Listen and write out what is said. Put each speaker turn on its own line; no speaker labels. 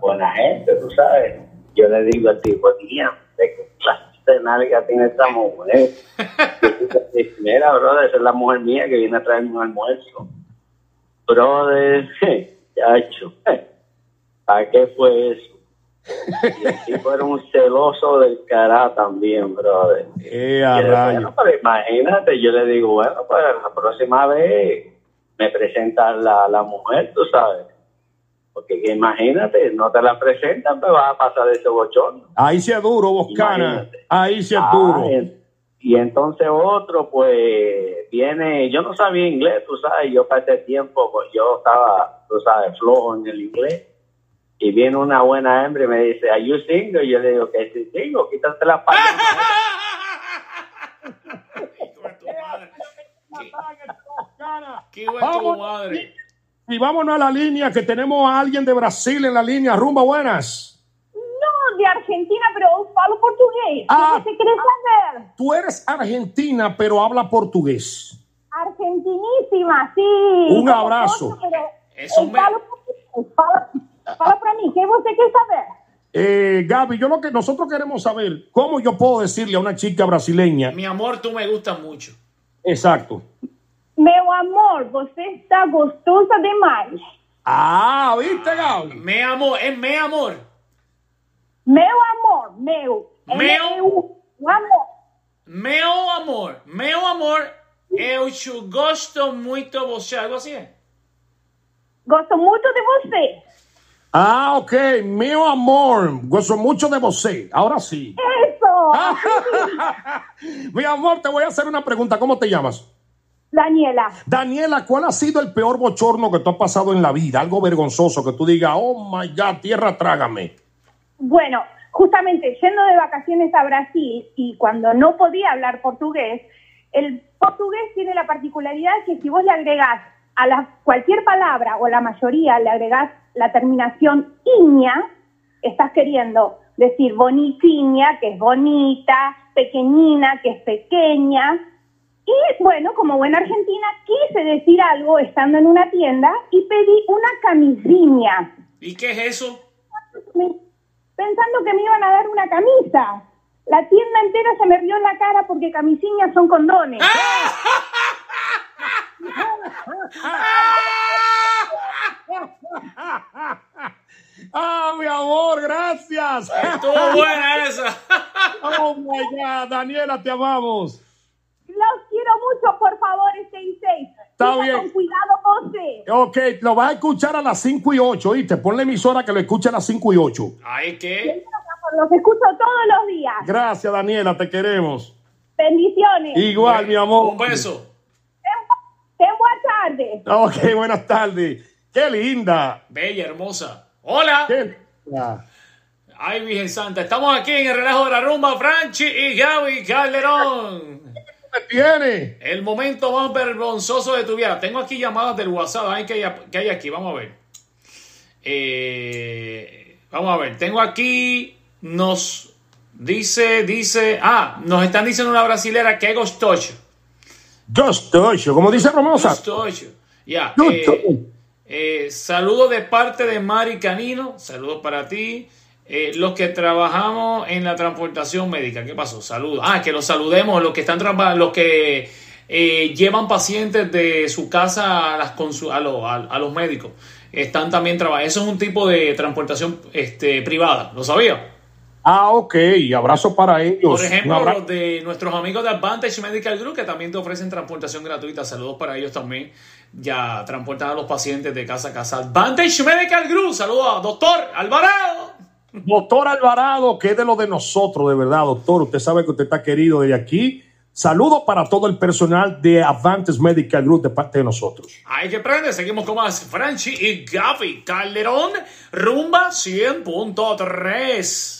buena gente, tú sabes. Yo le digo al tipo, día, de qué clase de nalga tiene esa mujer. Y Mira, brother, esa es la mujer mía que viene a traerme un almuerzo. Brother, chacho, ¿para qué fue eso? Y el tipo era un celoso del cará también, brother.
Eh,
Y yo le
a
digo, bueno,
rayo.
pero imagínate, yo le digo, bueno, pues la próxima vez me presenta la, la mujer, tú sabes. Porque que imagínate, no te la presentan, pues vas a pasar ese bochón.
Ahí sí es duro, Boscana.
Imagínate.
Ahí sí es duro.
Ah, y entonces otro, pues, viene, yo no sabía inglés, tú sabes, yo para ese tiempo, pues, yo estaba, tú sabes, flojo en el inglés. Y viene una buena hembra y me dice, ¿Are you single? Y yo le digo, que sí, single, quítate la palabra.
Hijo de tu madre. Qué- Qué hijo de tu
Vamos.
madre.
Y vámonos a la línea, que tenemos a alguien de Brasil en la línea. Rumba, buenas.
Não, de Argentina, mas eu falo português.
Ah.
O que você queria saber?
Tú eres argentina, pero habla portugués.
Argentiníssima, sim.
Um abraço.
Eso
eu
me-
falo português. Fala, fala pra mim, quem você quer saber?
Eh, Gaby, yo lo que nosotros queremos saber, ¿cómo yo puedo decirle a una chica brasileña?
Mi amor, tú me gustas mucho.
Exacto.
Meu amor, você está gostosa demais.
Ah, ¿viste, Gaby?
Me amor, es me amor.
Meu amor, meu. é
Meu?
O amor.
Meu amor, meu amor, eu te gosto muito você. Algo así es.
Gosto muito de você.
Ah, ok. Mi amor, gozo mucho de vos. eh. Ahora sí.
Isso.
Ah. Mi amor, te voy a hacer una pregunta. ¿Cómo te llamas?
Daniela,
Daniela, ¿cuál ha sido el peor bochorno que tú has pasado en la vida? Algo vergonzoso que tú digas, oh my God, tierra, trágame.
Bueno, justamente yendo de vacaciones a Brasil y cuando no podía hablar portugués, el portugués tiene la particularidad que si vos le agregás a la- cualquier palabra o la mayoría le agregás la terminación iña, estás queriendo decir bonitiña, que es bonita, pequeñina, que es pequeña. Y bueno, como buena argentina, quise decir algo estando en una tienda y pedí una camisinha
¿Y qué es eso?
me- pensando que me iban a dar una camisa. La tienda entera se me rió en la cara porque camisinhas son condones.
Ah, mi amor, gracias.
Estuvo buena esa.
Oh my God, Daniela, te amamos.
Los quiero mucho, por favor, este seis
Está
Siga
bien.
Con cuidado, José.
Ok, lo vas a escuchar a las 5 y 8, ¿viste? Ponle emisora que lo escuche a las 5 y 8.
Ay, ¿qué?
Los escucho todos los días.
Gracias, Daniela, te queremos.
Bendiciones.
Igual, mi amor.
Un beso.
Ten, bu- ten buena tarde.
Ok, buenas tardes. Qué linda.
Bella, hermosa. Hola.
Qué linda.
Ay, Virgen Santa. Estamos aquí en el relajo de la rumba, Franchi y Gaby Calderón.
¿Qué tiene?
El momento más vergonzoso de tu vida. Tengo aquí llamadas del WhatsApp. Ay, ¿qué hay, qué hay aquí? Vamos a ver. Eh, vamos a ver. Tengo aquí. Nos dice, dice. Ah, nos están diciendo una brasilera que es gostocho.
Just Tocho, como dice Romosa.
Gostocho. Ya.
Gostocho.
eh, eh, saludos de parte de Mari Canino. Saludos para ti. Eh, los que trabajamos en la transportación médica, ¿qué pasó? Saludos. Ah, que los saludemos, los que están traba- los que eh, llevan pacientes de su casa a, las consu- a, lo- a- a los médicos. Están también trabajando. Eso es un tipo de transportación este, privada, ¿lo sabía?
Ah, ok, abrazo para ellos.
Por
Un
ejemplo,
abra-
los de nuestros amigos de Advantage Medical Group, que también te ofrecen transportación gratuita. Saludos para ellos también. Ya transportan a los pacientes de casa a casa. Advantage Medical Group, saludos a doctor Alvarado.
Doctor Alvarado, que es de lo de nosotros, de verdad, doctor. Usted sabe que usted está querido desde aquí. Saludos para todo el personal de Advantes Medical Group de parte de nosotros.
Hay que prende, seguimos con más. Franchi y Gaby Calderón, rumba 100.3.